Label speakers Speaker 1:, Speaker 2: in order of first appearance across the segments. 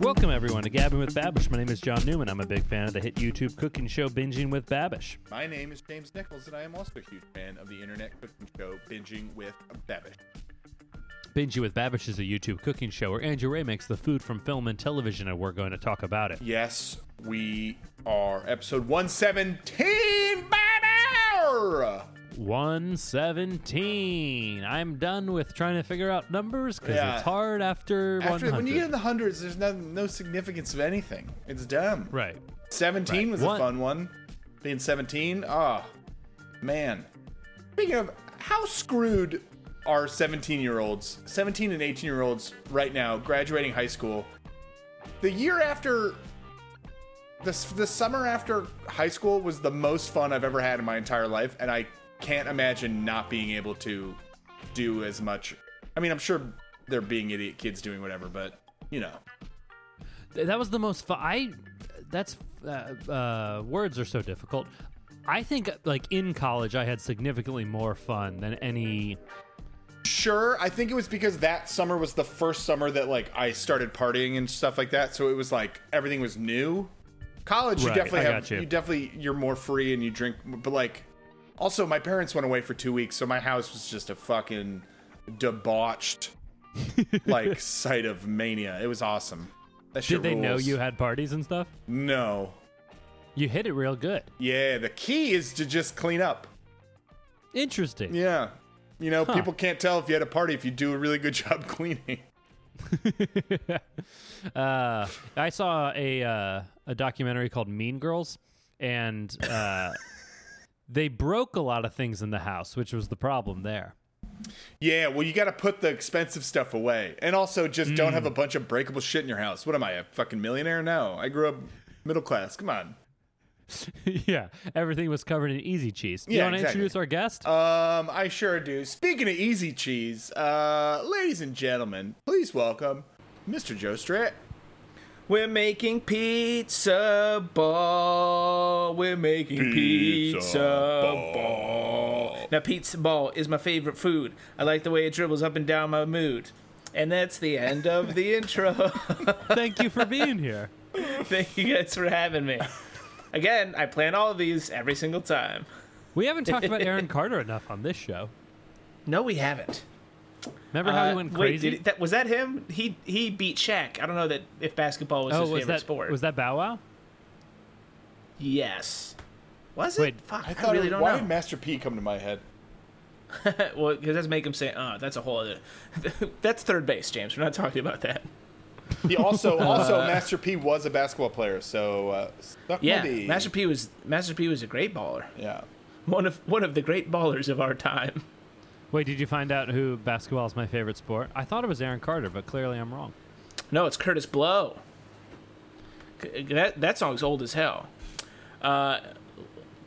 Speaker 1: Welcome, everyone, to Gabbing with Babish. My name is John Newman. I'm a big fan of the hit YouTube cooking show Binging with Babish.
Speaker 2: My name is James Nichols, and I am also a huge fan of the internet cooking show Binging with Babish.
Speaker 1: Binging with Babish is a YouTube cooking show where Andrew Ray makes the food from film and television, and we're going to talk about it.
Speaker 2: Yes, we are episode 117, baby!
Speaker 1: 117. I'm done with trying to figure out numbers because
Speaker 2: Yeah.
Speaker 1: it's hard after,
Speaker 2: After
Speaker 1: 100.
Speaker 2: when you get in the hundreds, there's no, no significance of anything. It's dumb.
Speaker 1: right.
Speaker 2: 17
Speaker 1: Right.
Speaker 2: was
Speaker 1: One-
Speaker 2: a fun one. Being 17, ah, man. Speaking of, how screwed are 17 year olds, 17 and 18 year olds right now, graduating high school? The year after, the, s- the summer after high school was the most fun I've ever had in my entire life, and I can't imagine not being able to do as much. I mean, I'm sure they're being idiot kids doing whatever, but you know.
Speaker 1: Th- That was the most fun. I. That's uh, uh, words are so difficult. I think like in college I had significantly more fun than any.
Speaker 2: Sure, I think it was because that summer was the first summer that like I started partying and stuff like that, so it was like everything was new. College,
Speaker 1: Right,
Speaker 2: you definitely
Speaker 1: I
Speaker 2: have
Speaker 1: got you.
Speaker 2: you. definitely you're more free and you drink, but like also my parents went away for two weeks, so my house was just a fucking debauched like site of mania. It was awesome. That shit
Speaker 1: Did they know
Speaker 2: rules.
Speaker 1: you had parties and stuff?
Speaker 2: No.
Speaker 1: You hit it real good.
Speaker 2: Yeah, the key is to just clean up.
Speaker 1: Interesting.
Speaker 2: Yeah, you know people can't tell if you had a party if you do a really good job cleaning.
Speaker 1: uh, I saw a uh, a documentary called Mean Girls, and uh, they broke a lot of things in the house, which was the problem there.
Speaker 2: Yeah, well, you got to put the expensive stuff away, and also just don't
Speaker 3: Mm.
Speaker 2: have a bunch of breakable shit in your house. What am I, a fucking millionaire? No, I grew up middle class. Come on.
Speaker 1: yeah, everything was covered in easy cheese. You
Speaker 2: Yeah,
Speaker 1: want to
Speaker 2: exactly.
Speaker 1: introduce our guest?
Speaker 2: Um, I sure do. Speaking of easy cheese, uh, ladies and gentlemen, please welcome Mr. Joe Strat.
Speaker 3: We're making pizza ball. We're making pizza, ball. Now, pizza ball is my favorite food. I like the way it dribbles up and down my mood. And that's the end of the intro.
Speaker 1: Thank you for being here.
Speaker 3: Thank you guys for having me. Again, I plan all of these every single time.
Speaker 1: We haven't talked about Aaron Carter enough on this show.
Speaker 3: No, we haven't.
Speaker 1: Remember how
Speaker 3: Uh,
Speaker 1: he went
Speaker 3: wait,
Speaker 1: crazy?
Speaker 3: did, that, was that him? He he beat Shaq. I don't know that if basketball was
Speaker 1: oh,
Speaker 3: his
Speaker 1: was
Speaker 3: favorite
Speaker 1: that
Speaker 3: sport.
Speaker 1: was that Bow Wow?
Speaker 3: Yes. Was it?
Speaker 1: Wait,
Speaker 3: Fuck, I,
Speaker 2: I thought,
Speaker 3: really don't
Speaker 2: why
Speaker 3: know.
Speaker 2: did Master P come to my head?
Speaker 3: Well, because that's make him say, "Uh, that's a whole other." that's third base, James. We're not talking about that.
Speaker 2: He also, also Master P was a basketball player, so uh, stuck
Speaker 3: Yeah,
Speaker 2: my D.
Speaker 3: Master P was Master P was a great baller,
Speaker 2: Yeah.
Speaker 3: one of one of the great ballers of our time.
Speaker 1: Wait, did you find out who basketball is my favorite sport? I thought it was Aaron Carter, but clearly I'm wrong.
Speaker 3: No, it's Curtis Blow. C- That that song's old as hell. Uh,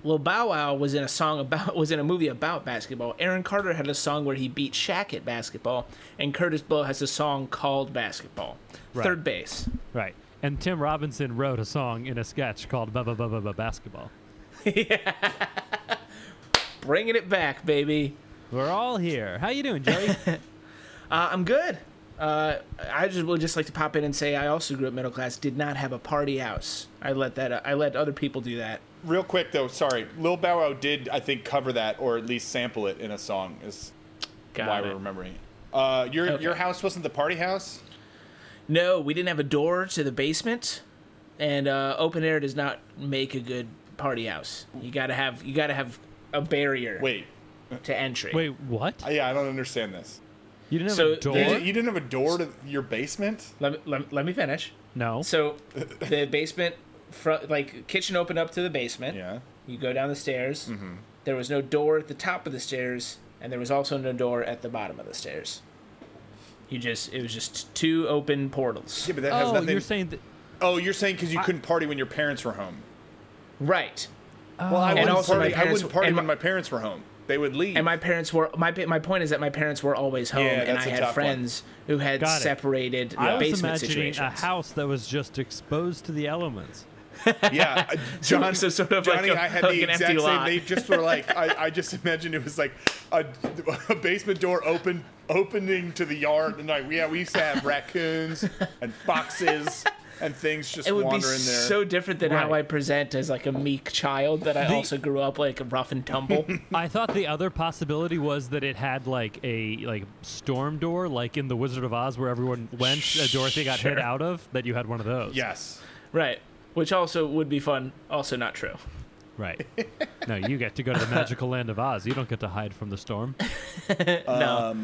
Speaker 3: Lil Bow Wow was in a song about was in a movie about basketball. Aaron Carter had a song where he beat Shaq at basketball, and Curtis Blow has a song called Basketball.
Speaker 1: Right.
Speaker 3: Third base.
Speaker 1: Right. And Tim Robinson wrote a song in a sketch called "Ba Ba Ba Ba Ba Basketball."
Speaker 3: Bringing it back, baby.
Speaker 1: We're all here. How you doing, Joey?
Speaker 3: Uh, I'm good. Uh, I just would just like to pop in and say I also grew up middle class. Did not have a party house. I let that. I let other people do that.
Speaker 2: Real quick though, sorry, Lil Bow Wow did I think cover that or at least sample it in a song. Is
Speaker 3: Got
Speaker 2: why
Speaker 3: it.
Speaker 2: we're remembering. it. Uh, your
Speaker 3: Okay.
Speaker 2: your house wasn't the party house.
Speaker 3: No, we didn't have a door to the basement, and uh, open air does not make a good party house. You gotta have. You gotta have a barrier
Speaker 2: Wait,
Speaker 3: to entry.
Speaker 1: Wait, what?
Speaker 2: I- yeah, I don't understand this.
Speaker 1: You didn't have
Speaker 3: So
Speaker 1: a door?
Speaker 2: You,
Speaker 3: Or-
Speaker 2: di- you didn't have a door to your basement.
Speaker 3: Let me, let, let me finish.
Speaker 1: no.
Speaker 3: So, the basement, front like kitchen, opened up to the basement.
Speaker 2: Yeah.
Speaker 3: You go down the stairs.
Speaker 2: Mm-hmm.
Speaker 3: There was no door at the top of the stairs, and there was also no door at the bottom of the stairs. You just it was just two open portals.
Speaker 2: Yeah, but that has
Speaker 1: oh,
Speaker 2: nothing.
Speaker 1: you're saying that?
Speaker 2: oh, you're saying because you couldn't party when your parents were home.
Speaker 3: Right.
Speaker 2: Well, I wouldn't
Speaker 3: Oh. also my
Speaker 2: party. I
Speaker 3: parents-
Speaker 2: wouldn't party
Speaker 3: and
Speaker 2: when
Speaker 3: my-
Speaker 2: my parents were home. They would leave.
Speaker 3: And my parents were my pa- my point is that my parents were always home,
Speaker 2: Yeah,
Speaker 3: and
Speaker 2: that's
Speaker 3: I
Speaker 2: a
Speaker 3: had
Speaker 2: tough one.
Speaker 3: friends who had
Speaker 1: Got it.
Speaker 3: separated
Speaker 1: I was
Speaker 3: basement
Speaker 1: imagining a
Speaker 3: situations.
Speaker 1: house that was just exposed to the elements.
Speaker 2: yeah, uh, John.
Speaker 3: so sort of like
Speaker 2: Johnny,
Speaker 3: a-
Speaker 2: and I had
Speaker 3: like
Speaker 2: the
Speaker 3: an empty
Speaker 2: exact same.
Speaker 3: lot.
Speaker 2: They just were like, I, I just imagined it was like a, a basement door open, opening to the yard, and like, yeah, we used to have raccoons and foxes and things just
Speaker 3: It would
Speaker 2: wander
Speaker 3: be
Speaker 2: in there.
Speaker 3: so different than how
Speaker 1: Right.
Speaker 3: I present as like a meek child that I
Speaker 1: The-
Speaker 3: also grew up like rough and tumble.
Speaker 1: I thought the other possibility was that it had like a like storm door, like in the Wizard of Oz, where everyone went. uh, Dorothy got hit
Speaker 3: Sure.
Speaker 1: out of. That you had one of those.
Speaker 2: yes.
Speaker 3: right. Which also would be fun, also not true.
Speaker 1: Right. no, you get to go to the magical land of Oz. You don't get to hide from the storm.
Speaker 2: Um,
Speaker 3: no.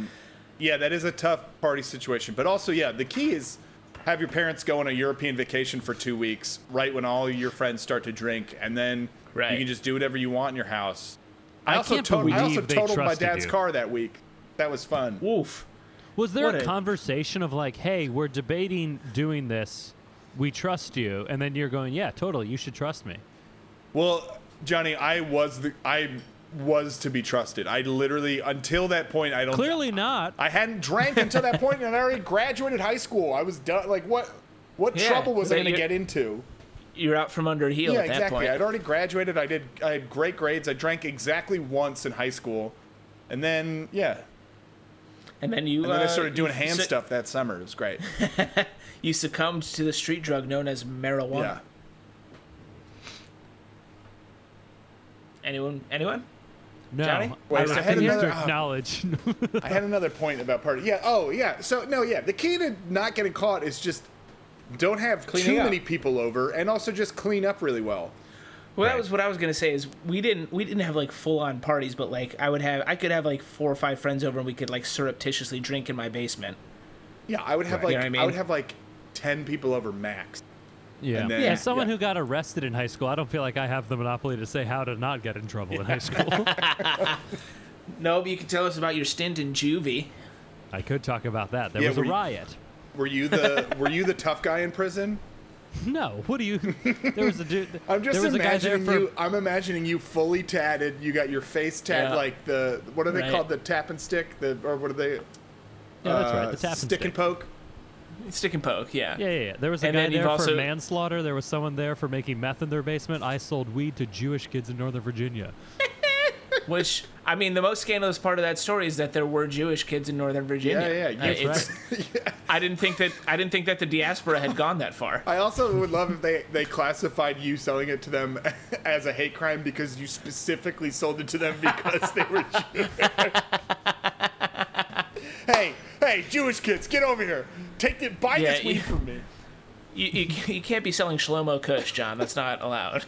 Speaker 2: Yeah, that is a tough party situation. But also, yeah, the key is have your parents go on a European vacation for two weeks, right when all your friends start to drink, and then
Speaker 3: Right.
Speaker 2: you can just do whatever you want in your house. I,
Speaker 1: I
Speaker 2: also,
Speaker 1: can't
Speaker 2: tot- I
Speaker 1: believe
Speaker 2: also
Speaker 1: they
Speaker 2: totaled my
Speaker 1: trusted
Speaker 2: dad's
Speaker 1: you.
Speaker 2: car that week. That was fun.
Speaker 3: Woof.
Speaker 1: Was there
Speaker 3: What
Speaker 1: a
Speaker 3: a-
Speaker 1: conversation of like, "Hey, we're debating doing this. We trust you," and then you're going, "Yeah, totally. You should trust me."
Speaker 2: Well, Johnny, I was the I was to be trusted. I literally until that point, I don't
Speaker 1: Clearly not.
Speaker 2: I hadn't drank until that point, and I already graduated high school. I was done. Like what? What
Speaker 3: Yeah,
Speaker 2: trouble was I
Speaker 3: that
Speaker 2: going to
Speaker 3: you-
Speaker 2: get into?
Speaker 3: You're out from under a heel
Speaker 2: Yeah,
Speaker 3: at that
Speaker 2: exactly.
Speaker 3: point.
Speaker 2: I'd already graduated. I did. I had great grades. I drank exactly once in high school, and then yeah,
Speaker 3: And then you
Speaker 2: and then I
Speaker 3: uh,
Speaker 2: started doing hand
Speaker 3: sit-
Speaker 2: stuff that summer. It was great.
Speaker 3: you succumbed to the street drug known as marijuana.
Speaker 2: yeah.
Speaker 3: Anyone? Anyone?
Speaker 1: No.
Speaker 3: Johnny?
Speaker 2: Wait,
Speaker 1: I,
Speaker 2: so I
Speaker 1: I
Speaker 2: had
Speaker 1: think you have to
Speaker 2: another-
Speaker 1: acknowledge.
Speaker 2: I had another point about party. Yeah. Oh, yeah. So no, yeah. The key to not getting caught is just don't have
Speaker 3: Cleaning
Speaker 2: too
Speaker 3: up.
Speaker 2: many people over, and also just clean up really well.
Speaker 3: Well, that
Speaker 1: Right.
Speaker 3: was what I was gonna say. Is we didn't we didn't have like full on parties, but like I would have I could have like four or five friends over, and we could like surreptitiously drink in my basement.
Speaker 2: Yeah, I would have
Speaker 3: Right.
Speaker 2: like
Speaker 3: You know what
Speaker 2: I,
Speaker 3: I mean?
Speaker 2: would have like ten people over max.
Speaker 1: Yeah.
Speaker 2: And then-
Speaker 3: Yeah.
Speaker 1: As someone
Speaker 2: yeah.
Speaker 1: who got arrested in high school, I don't feel like I have the monopoly to say how to not get in trouble in high school.
Speaker 3: No, but you can tell us about your stint in juvie.
Speaker 1: I could talk about that. There
Speaker 2: Yeah,
Speaker 1: was a
Speaker 2: were you-
Speaker 1: riot.
Speaker 2: Were you the Were you the tough guy in prison?
Speaker 1: No, what do you? There was a dude.
Speaker 2: I'm just
Speaker 1: there was a guy there
Speaker 2: imagining
Speaker 1: for.
Speaker 2: you. I'm imagining you fully tatted. You got your face tatted
Speaker 3: Yeah.
Speaker 2: like the what are they
Speaker 3: Right.
Speaker 2: called? The tap and stick. The or what are they?
Speaker 1: yeah, that's
Speaker 2: Uh,
Speaker 1: right. The tap and
Speaker 2: stick and poke.
Speaker 3: Stick and poke, yeah.
Speaker 1: Yeah, yeah, yeah. There was a
Speaker 3: And
Speaker 1: guy
Speaker 3: then you've
Speaker 1: there for
Speaker 3: also-
Speaker 1: manslaughter. There was someone there for making meth in their basement. I sold weed to Jewish kids in Northern Virginia.
Speaker 3: Which I mean, the most scandalous part of that story is that there were Jewish kids in Northern Virginia.
Speaker 2: Yeah, yeah, yeah.
Speaker 3: I, it's- I didn't think that I didn't think that the diaspora had gone that far.
Speaker 2: I also would love if they they classified you selling it to them as a hate crime because you specifically sold it to them because they were Jewish. hey, hey, Jewish kids, get over here! Take the buy
Speaker 3: Yeah,
Speaker 2: this weed
Speaker 3: you-
Speaker 2: from me.
Speaker 3: You, you, you can't be selling Shlomo Kush, John. That's not allowed.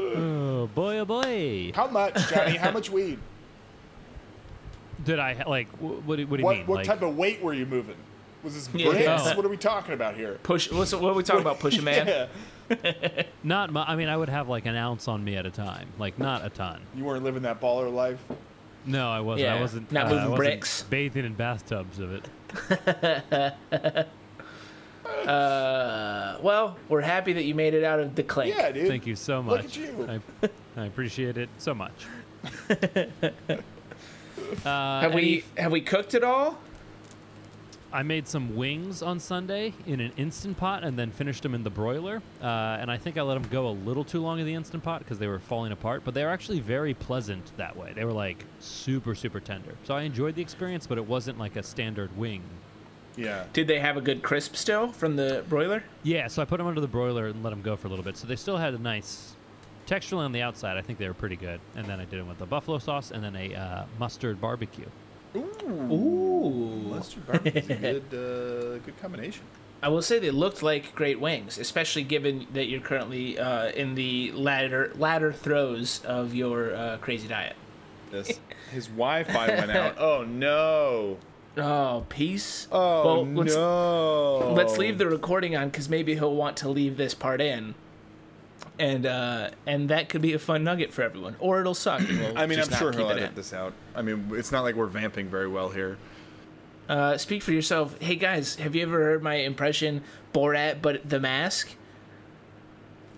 Speaker 1: Oh boy, oh boy.
Speaker 2: How much, Johnny? How much weed?
Speaker 1: Did I like? wh- What, do- what do you mean?
Speaker 2: What what
Speaker 1: like,
Speaker 2: type of weight were you moving? Was this
Speaker 3: Yeah.
Speaker 2: bricks?
Speaker 1: Oh.
Speaker 2: What are we talking about here?
Speaker 3: Push. What's, what are we talking about? Push a man.
Speaker 2: Yeah.
Speaker 1: Not. My, I mean, I would have like an ounce on me at a time. Like not a ton.
Speaker 2: You weren't living that baller life.
Speaker 1: No, I wasn't. I
Speaker 3: Yeah,
Speaker 1: wasn't.
Speaker 3: not
Speaker 1: uh, I
Speaker 3: moving
Speaker 1: wasn't
Speaker 3: bricks.
Speaker 1: Bathing in bathtubs of it.
Speaker 3: Uh, well, we're happy that you made it out of the clink.
Speaker 2: Yeah, dude.
Speaker 1: Thank you so much.
Speaker 2: Look at you.
Speaker 1: I, I appreciate it so much. uh,
Speaker 3: Have
Speaker 1: any-
Speaker 3: we have we cooked it all?
Speaker 1: I made some wings on Sunday in an instant pot and then finished them in the broiler. Uh, and I think I let them go a little too long in the instant pot because they were falling apart. But they were actually very pleasant that way. They were like super, super tender. So I enjoyed the experience, but it wasn't like a standard wing.
Speaker 2: Yeah.
Speaker 3: Did they have a good crisp still from the broiler?
Speaker 1: Yeah, so I put them under the broiler and let them go for a little bit. So they still had a nice texture on the outside. I think they were pretty good. And then I did them with the buffalo sauce and then a uh, mustard barbecue.
Speaker 3: Ooh.
Speaker 2: Mustard barbecue is a good, uh, good combination.
Speaker 3: I will say they looked like great wings, especially given that you're currently uh, in the latter latter throes of your uh, crazy diet.
Speaker 2: This. His Wi-Fi went out. Oh no.
Speaker 3: Oh, peace.
Speaker 2: Oh
Speaker 3: let's,
Speaker 2: no.
Speaker 3: Let's leave the recording on because maybe he'll want to leave this part in, and uh, and that could be a fun nugget for everyone, or it'll suck. and we'll
Speaker 2: I mean,
Speaker 3: just
Speaker 2: I'm
Speaker 3: not
Speaker 2: sure
Speaker 3: keep
Speaker 2: he'll
Speaker 3: it
Speaker 2: edit
Speaker 3: in.
Speaker 2: this out. I mean, it's not like we're vamping very well here.
Speaker 3: Uh, speak for yourself. Hey guys, have you ever heard my impression Borat but the mask?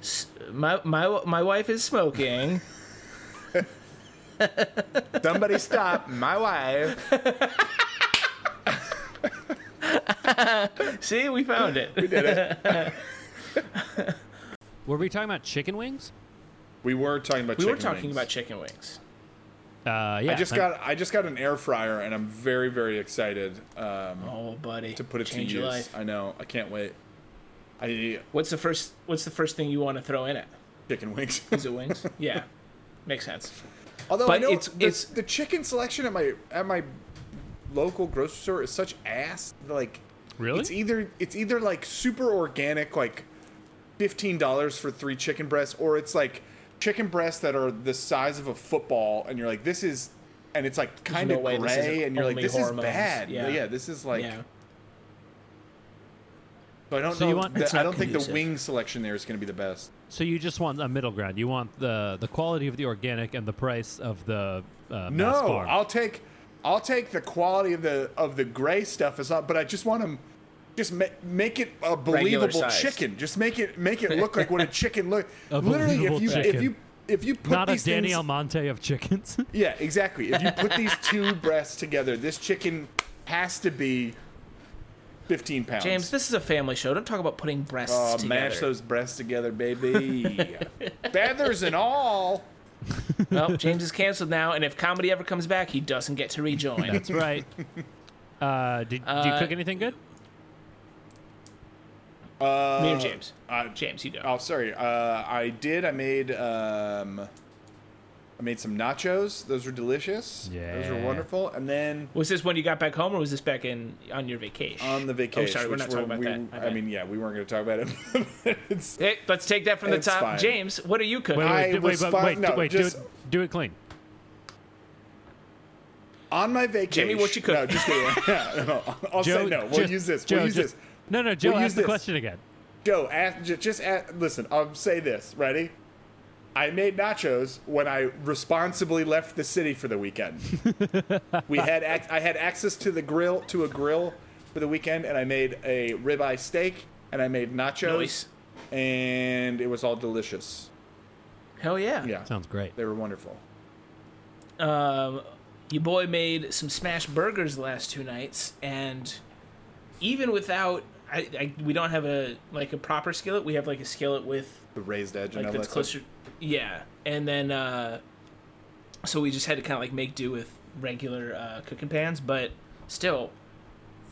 Speaker 3: S- My my my wife is smoking.
Speaker 2: Somebody stop my wife.
Speaker 3: See, we found it.
Speaker 1: Were we talking about chicken wings?
Speaker 2: We were talking about.
Speaker 3: we were
Speaker 2: chicken
Speaker 3: talking
Speaker 2: wings.
Speaker 3: about chicken wings.
Speaker 1: Uh, yeah,
Speaker 2: I just
Speaker 1: and-
Speaker 2: got I just got an air fryer, and I'm very very excited um,
Speaker 3: Oh, buddy.
Speaker 2: to put it
Speaker 3: Change
Speaker 2: to
Speaker 3: your
Speaker 2: use.
Speaker 3: life.
Speaker 2: I know. I can't wait. I
Speaker 3: What's the first? What's the first thing you want to throw in it?
Speaker 2: chicken wings.
Speaker 3: Is it wings? yeah, makes sense.
Speaker 2: Although I
Speaker 3: But
Speaker 2: know
Speaker 3: it's-
Speaker 2: the,
Speaker 3: it's-
Speaker 2: the chicken selection at my at my local grocery store is such ass. Like
Speaker 1: Really?
Speaker 2: it's e either it's either like super organic, like fifteen dollars for three chicken breasts, or it's like chicken breasts that are the size of a football, and you're like, this is, and it's like kind
Speaker 3: no
Speaker 2: of
Speaker 3: way this
Speaker 2: gray,
Speaker 3: isn't
Speaker 2: and you're like,
Speaker 3: only
Speaker 2: this
Speaker 3: hormones.
Speaker 2: is bad.
Speaker 3: Yeah.
Speaker 2: Yeah. this is like. um,
Speaker 3: yeah.
Speaker 2: But I don't
Speaker 1: So you
Speaker 2: know.
Speaker 1: want-
Speaker 2: that-
Speaker 1: It's
Speaker 2: I
Speaker 3: not
Speaker 2: don't think the
Speaker 3: conducive.
Speaker 2: wing selection there is going to be the best.
Speaker 1: So you just want a middle ground. You want the the quality of the organic and the price of the uh,
Speaker 2: No,
Speaker 1: mass farm.
Speaker 2: I'll take, I'll take the quality of the of the gray stuff as well, but I just want to, just ma- make it a believable
Speaker 3: sized.
Speaker 2: chicken. Just make it make it look like what a chicken look.
Speaker 1: A
Speaker 2: Literally,
Speaker 1: believable
Speaker 2: if you if
Speaker 1: chicken.
Speaker 2: you if you put
Speaker 1: Not a
Speaker 2: these
Speaker 1: Danny
Speaker 2: things,
Speaker 1: Almonte of chickens.
Speaker 2: yeah, exactly. If you put these two breasts together, this chicken has to be fifteen pounds.
Speaker 3: James, this is a family show. Don't talk about putting breasts
Speaker 2: Uh,
Speaker 3: together.
Speaker 2: mash those breasts together, baby. Feathers and all.
Speaker 3: Well, James is canceled now, and if comedy ever comes back, he doesn't get to rejoin.
Speaker 1: That's right. Uh, did, do you
Speaker 3: Uh,
Speaker 1: cook anything good?
Speaker 2: Uh,
Speaker 3: Me or James?
Speaker 2: uh,
Speaker 3: James, you go.
Speaker 2: Oh, sorry. Uh, I did. I made. Um, I made some nachos. Those were delicious. Those were
Speaker 1: Yeah.
Speaker 2: wonderful. And then
Speaker 3: Was this when you got back home, or was this back in on your vacation?
Speaker 2: on the vacation,
Speaker 3: Oh, sorry, we're
Speaker 2: which
Speaker 3: not talking about
Speaker 2: we-
Speaker 3: that. I
Speaker 2: I,
Speaker 3: bet.
Speaker 2: mean, yeah, we weren't going to talk about it. It's-
Speaker 3: Hey, let's take that from the
Speaker 2: It's
Speaker 3: top.
Speaker 2: fine.
Speaker 3: James, what are you cooking?
Speaker 1: Wait, wait,
Speaker 2: I
Speaker 1: d- wait,
Speaker 2: was
Speaker 1: but
Speaker 2: fine-
Speaker 1: wait, d-
Speaker 2: no,
Speaker 1: wait,
Speaker 2: just-
Speaker 1: do it, do it clean.
Speaker 2: on my vacation,
Speaker 3: Jimmy, what you
Speaker 2: No,
Speaker 3: cooking?
Speaker 2: just kidding. Yeah, no, I'll
Speaker 1: Joe,
Speaker 2: say no. We'll
Speaker 1: just-
Speaker 2: use this.
Speaker 1: Joe,
Speaker 2: we'll use
Speaker 1: just-
Speaker 2: this.
Speaker 1: No, no, Joe,
Speaker 2: We'll use
Speaker 1: ask the
Speaker 2: this.
Speaker 1: question again.
Speaker 2: Joe, ask, ju- just ask, listen. I'll say this. Ready? I made nachos when I responsibly left the city for the weekend. we had ac- I had access to the grill to a grill for the weekend, and I made a ribeye steak and I made nachos,
Speaker 3: Nice.
Speaker 2: and it was all delicious.
Speaker 3: Hell yeah.
Speaker 2: Yeah,
Speaker 1: Sounds great.
Speaker 2: they were wonderful.
Speaker 3: Um, your boy made some smash burgers the last two nights, and even without, I, I we don't have a like a proper skillet. We have like a skillet with
Speaker 2: The raised edge and
Speaker 3: like
Speaker 2: all
Speaker 3: that's
Speaker 2: that
Speaker 3: closer. Yeah, and then uh, so we just had to kind of like make do with regular uh, cooking pans, but still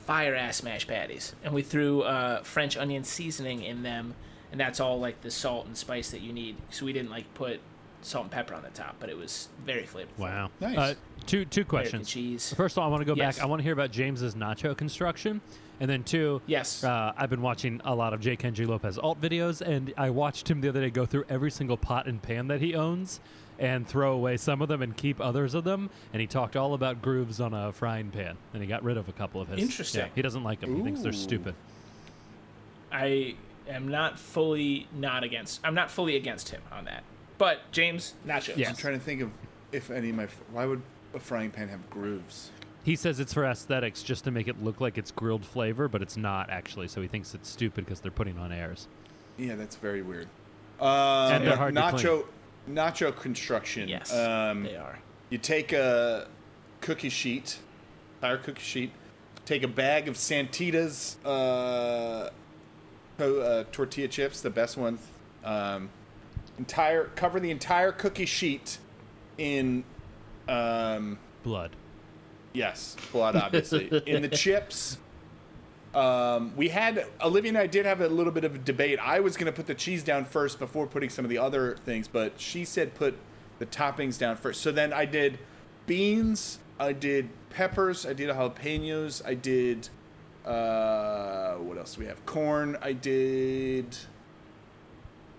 Speaker 3: fire ass mashed patties, and we threw uh, French onion seasoning in them, and that's all like the salt and spice that you need. So we didn't like put salt and pepper on the top, but it was very flavorful.
Speaker 1: Wow.
Speaker 2: Nice.
Speaker 1: Uh, two two
Speaker 3: American
Speaker 1: questions.
Speaker 3: cheese.
Speaker 1: First of all, I want to go
Speaker 3: Yes.
Speaker 1: back. I want to hear about James's nacho construction, and then two.
Speaker 3: Yes.
Speaker 1: Uh, I've been watching a lot of J. Kenji Lopez alt videos, and I watched him the other day go through every single pot and pan that he owns, and throw away some of them and keep others of them. And he talked all about grooves on a frying pan, and he got rid of a couple of his.
Speaker 3: Interesting.
Speaker 1: Yeah, he doesn't like them. He thinks they're
Speaker 2: Ooh.
Speaker 1: stupid.
Speaker 3: I am not fully not against. I'm not fully against him on that. But James nachos.
Speaker 1: Yeah.
Speaker 2: I'm trying to think of if any of my fr- why would a frying pan have grooves?
Speaker 1: He says it's for aesthetics, just to make it look like it's grilled flavor, but it's not actually. So he thinks it's stupid because they're putting on airs.
Speaker 2: Yeah, that's very weird. Um,
Speaker 1: And they're hard to
Speaker 2: nacho,
Speaker 1: clean.
Speaker 2: nacho construction.
Speaker 3: Yes.
Speaker 2: Um,
Speaker 3: they are.
Speaker 2: You take a cookie sheet, entire cookie sheet. Take a bag of Santita's uh, to- uh, tortilla chips, the best ones. Um, entire cover the entire cookie sheet in um,
Speaker 1: Blood.
Speaker 2: Yes, blood, obviously. In the chips, um, we had Olivia and I did have a little bit of a debate. I was going to put the cheese down first before putting some of the other things, but she said put the toppings down first. So then I did beans, I did peppers, I did jalapenos, I did uh, what else do we have? Corn. I did.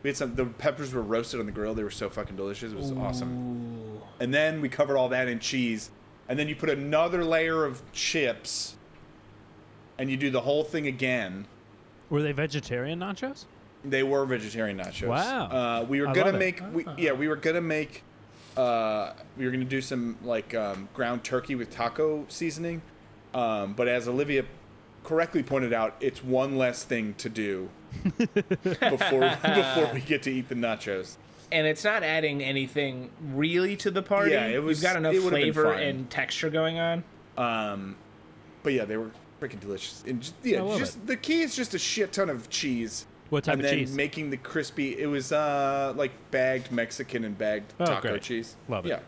Speaker 2: We had some. The peppers were roasted on the grill. They were so fucking delicious. It was awesome
Speaker 3: Ooh.
Speaker 2: and then we covered all that in cheese and then you put another layer of chips and you do the whole thing again
Speaker 1: Were they vegetarian nachos?
Speaker 2: they were vegetarian nachos
Speaker 1: Wow.
Speaker 2: uh, we were
Speaker 1: I
Speaker 2: gonna
Speaker 1: love it.
Speaker 2: make we, yeah we were gonna make uh, we were gonna do some like um, ground turkey with taco seasoning um, but as olivia correctly pointed out it's one less thing to do before before we get to eat the nachos
Speaker 3: And it's not adding anything really to the party.
Speaker 2: Yeah, it was-
Speaker 3: You've got enough
Speaker 2: it would've been
Speaker 3: flavor
Speaker 2: fine.
Speaker 3: and texture going on.
Speaker 2: Um, but yeah, they were freaking delicious. And just, yeah,
Speaker 1: I love
Speaker 2: just the key is just a shit ton of cheese.
Speaker 1: What type
Speaker 2: and
Speaker 1: of
Speaker 2: then
Speaker 1: cheese?
Speaker 2: making the crispy. It was uh like bagged Mexican and bagged
Speaker 1: Oh,
Speaker 2: taco
Speaker 1: great.
Speaker 2: cheese.
Speaker 1: Love it.
Speaker 2: Yeah,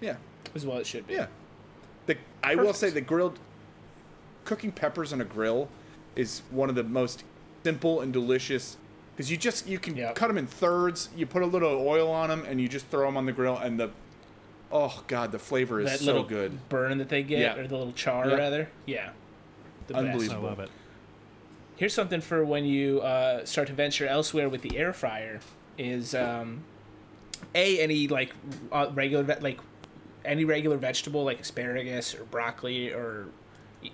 Speaker 2: yeah.
Speaker 3: is what it should be.
Speaker 2: Yeah. The, I will say the grilled cooking peppers on a grill is one of the most simple and delicious because you just you can
Speaker 3: Yep.
Speaker 2: cut them in thirds. You put a little oil on them and you just throw them on the grill and the oh god the flavor is
Speaker 3: That
Speaker 2: so
Speaker 3: little
Speaker 2: good.
Speaker 3: burn that they get,
Speaker 2: Yeah.
Speaker 3: or the little char
Speaker 2: Yeah.
Speaker 3: rather. Yeah. The best.
Speaker 1: I
Speaker 2: Unbelievable.
Speaker 1: love it.
Speaker 3: Here's something for when you uh, start to venture elsewhere with the air fryer: is um, a any like uh, regular ve- like any regular vegetable like asparagus or broccoli or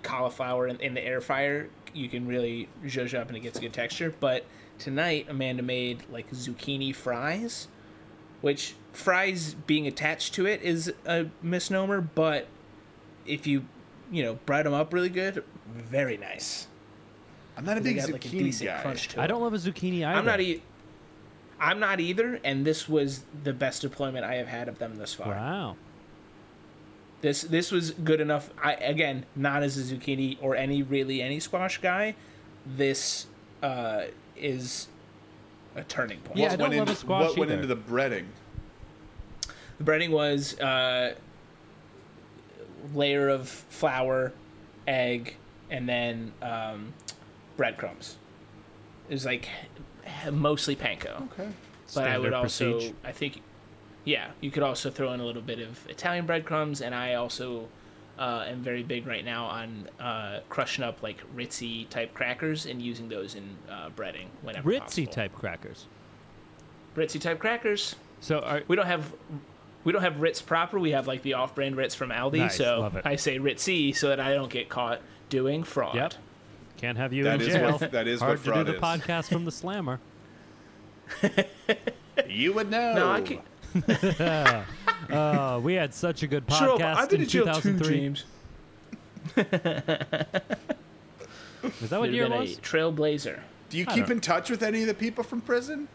Speaker 3: cauliflower in, in the air fryer, you can really zhuzh up and it gets a good texture. But tonight, Amanda made like zucchini fries, which fries being attached to it is a misnomer, but if you you know bread them up really good, very nice.
Speaker 2: I'm not a
Speaker 3: They
Speaker 2: big
Speaker 3: got
Speaker 2: zucchini
Speaker 3: like a decent
Speaker 2: guy.
Speaker 3: crunch to it.
Speaker 1: I don't love a zucchini either.
Speaker 3: I'm not e- I'm not either, and this was the best deployment I have had of them thus far.
Speaker 1: Wow.
Speaker 3: This this was good enough. I again, not as a zucchini or any really any squash guy. This uh, is a turning point.
Speaker 1: Yeah, I
Speaker 2: What
Speaker 1: don't
Speaker 2: went
Speaker 1: love
Speaker 2: into,
Speaker 1: a squash
Speaker 2: What went
Speaker 1: either.
Speaker 2: into the breading?
Speaker 3: The breading was uh, layer of flour, egg, and then um, breadcrumbs. It was like mostly panko.
Speaker 2: Okay.
Speaker 3: but I would
Speaker 1: Standard
Speaker 3: also,
Speaker 1: procedure.
Speaker 3: I think, yeah, you could also throw in a little bit of Italian breadcrumbs, and I also uh, am very big right now on uh, crushing up like ritzy type crackers and using those in uh, breading whenever
Speaker 1: Ritzy
Speaker 3: possible.
Speaker 1: type crackers.
Speaker 3: ritzy type crackers.
Speaker 1: So are,
Speaker 3: We don't have. We don't have Ritz proper. We have like the off-brand Ritz from Aldi.
Speaker 1: Nice,
Speaker 3: so
Speaker 1: love it.
Speaker 3: I say Ritzy so that I don't get caught doing fraud.
Speaker 1: Yep. Can't have you
Speaker 2: That
Speaker 1: in
Speaker 2: is
Speaker 1: jail.
Speaker 2: what- that is
Speaker 1: Hard
Speaker 2: what
Speaker 1: to
Speaker 2: fraud
Speaker 1: do the
Speaker 2: is.
Speaker 1: podcast from the slammer.
Speaker 2: You would know.
Speaker 3: No, I can.
Speaker 1: Oh, we had such a good podcast
Speaker 3: Sure, I've been
Speaker 1: in
Speaker 3: in jail too,
Speaker 1: 2003.
Speaker 3: James.
Speaker 1: Is that what
Speaker 3: Could
Speaker 1: year it
Speaker 3: have been a
Speaker 1: was?
Speaker 3: trailblazer.
Speaker 2: Do you
Speaker 1: I
Speaker 2: keep
Speaker 1: don't-
Speaker 2: in touch with any of the people from prison?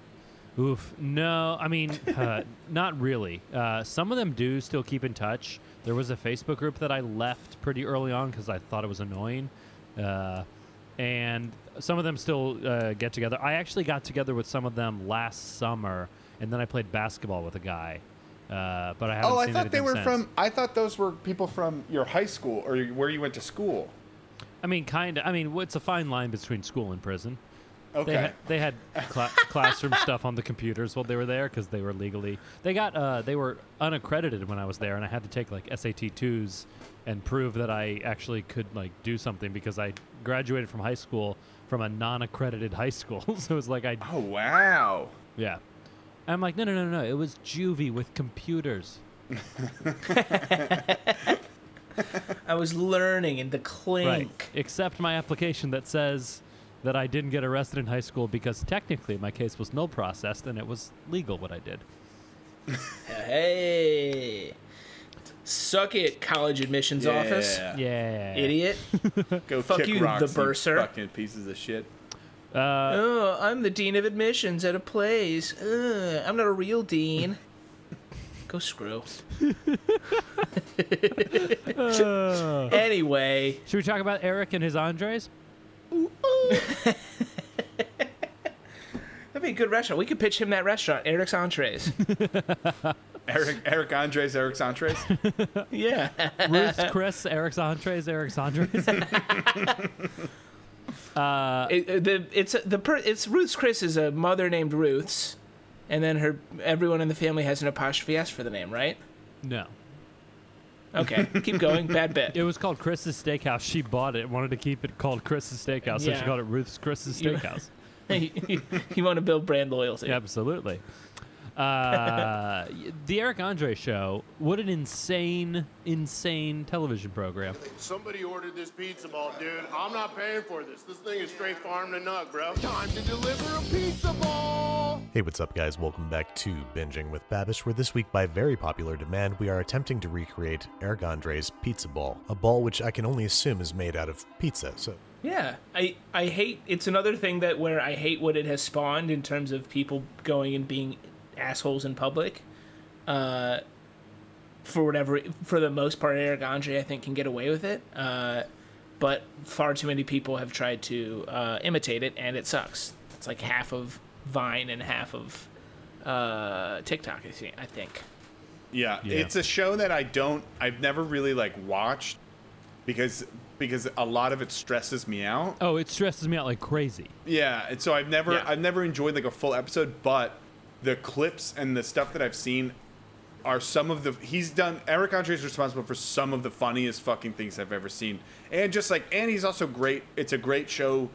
Speaker 1: Oof. No, I mean, uh, not really. Uh, some of them do still keep in touch. There was a Facebook group that I left pretty early on because I thought it was annoying. Uh, and some of them still uh, get together. I actually got together with some of them last summer, and then I played basketball with a guy. Uh, but I haven't
Speaker 2: Oh, I
Speaker 1: seen
Speaker 2: thought they
Speaker 1: anything since.
Speaker 2: were from. I thought those were people from your high school or where you went to school.
Speaker 1: I mean, kind of. I mean, it's a fine line between school and prison.
Speaker 2: Okay.
Speaker 1: They had, they had cla- classroom stuff on the computers while they were there because they were legally they got uh, they were unaccredited when I was there and I had to take like SAT twos and prove that I actually could like do something because I graduated from high school from a non-accredited high school so it was like I
Speaker 2: oh wow.
Speaker 1: yeah I'm like no no no no it was juvie with computers
Speaker 3: I was learning and the clink.
Speaker 1: except my application that says that I didn't get arrested in high school because technically my case was null processed and it was legal what I did.
Speaker 3: Hey. Suck it, college admissions office.
Speaker 1: Yeah.
Speaker 3: Idiot.
Speaker 2: Go
Speaker 3: Fuck
Speaker 2: kick
Speaker 3: you,
Speaker 2: rocks,
Speaker 3: the
Speaker 2: you
Speaker 3: bursar.
Speaker 2: Fucking pieces of shit.
Speaker 3: oh, I'm the dean of admissions at a place. Ugh, I'm not a real dean. Go screw. anyway,
Speaker 1: Should we talk about Eric and his Andres?
Speaker 3: that'd be a good restaurant. We could pitch him that restaurant, Eric's Entrees.
Speaker 2: Eric, Eric Andres, Eric's Andres.
Speaker 3: yeah.
Speaker 1: Ruth, Chris, Eric's Andres, Eric's Andres.
Speaker 3: It- it- the it's uh, the per, it's Ruth's Chris is a mother named Ruth's, and then her everyone in the family has an apostrophe s for the name, right?
Speaker 1: no.
Speaker 3: Okay, keep going. Bad bit.
Speaker 1: It was called Chris's Steakhouse. She bought it, wanted to keep it called Chris's Steakhouse, so she
Speaker 3: Yeah.
Speaker 1: called it Ruth's Chris's
Speaker 3: You-
Speaker 1: Steakhouse.
Speaker 3: you want to build brand loyalty.
Speaker 1: Absolutely. Uh, the Eric Andre show, what an insane, insane television program.
Speaker 4: Somebody ordered this pizza ball, dude. I'm not paying for this. This thing is straight farm to nug, bro. Time to deliver a pizza ball.
Speaker 5: Hey, what's up, guys? Welcome back to Binging with Babish, where this week, by very popular demand, we are attempting to recreate Eric Andre's Pizza Ball, a ball which I can only assume is made out of pizza. So,
Speaker 3: Yeah, I I hate. It's another thing that where I hate what it has spawned in terms of people going and being assholes in public. Uh, for whatever, for the most part, Eric Andre I think can get away with it. Uh, but far too many people have tried to uh, imitate it, and it sucks. It's like half of Vine and half of uh, TikTok. I thi- I think.
Speaker 2: Yeah.
Speaker 1: Yeah.
Speaker 2: It's a show that I don't I've never really like watched because because a lot of it stresses me out.
Speaker 1: Oh, it stresses me out like crazy.
Speaker 2: Yeah, and so I've never
Speaker 3: Yeah.
Speaker 2: I've never enjoyed like a full episode, but the clips and the stuff that I've seen are some of the he's done Eric Andre is responsible for some of the funniest fucking things I've ever seen. And just like and he's also great it's a great show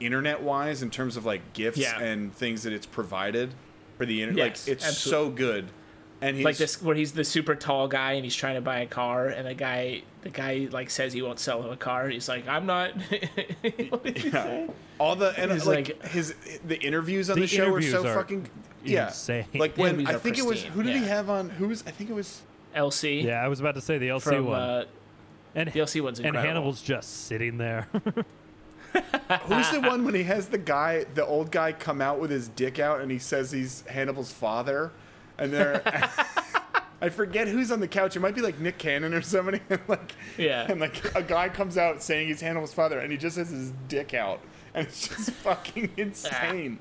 Speaker 2: internet wise in terms of like gifts
Speaker 3: Yeah.
Speaker 2: and things that it's provided for the internet.
Speaker 3: Yes,
Speaker 2: like it's
Speaker 3: absolutely.
Speaker 2: so good. And he's
Speaker 3: like this where he's the super tall guy and he's trying to buy a car and the guy the guy like says he won't sell him a car and he's like i'm not What did he say?
Speaker 2: All the and
Speaker 3: He's
Speaker 2: like,
Speaker 3: like-
Speaker 2: his the interviews on the,
Speaker 1: The
Speaker 2: show were so
Speaker 1: interviews are
Speaker 2: fucking yeah.
Speaker 1: insane.
Speaker 2: Like
Speaker 1: The
Speaker 2: when
Speaker 3: interviews
Speaker 2: I
Speaker 3: are
Speaker 2: think it was
Speaker 3: pristine,
Speaker 2: who did he
Speaker 3: yeah.
Speaker 2: have on? Who was I think it was
Speaker 3: lc
Speaker 1: Yeah, I was about to say the LC
Speaker 3: from
Speaker 1: one.
Speaker 3: uh,
Speaker 1: and
Speaker 3: the LC one's
Speaker 1: and
Speaker 3: incredible.
Speaker 1: Hannibal's just sitting there.
Speaker 2: who's the one when he has the guy the old guy come out with his dick out and he says he's Hannibal's father, and they're. I forget who's on the couch. It might be like Nick Cannon or somebody. and like,
Speaker 3: Yeah.
Speaker 2: And like a guy comes out saying he's Hannibal's father, and he just has his dick out, and it's just fucking insane.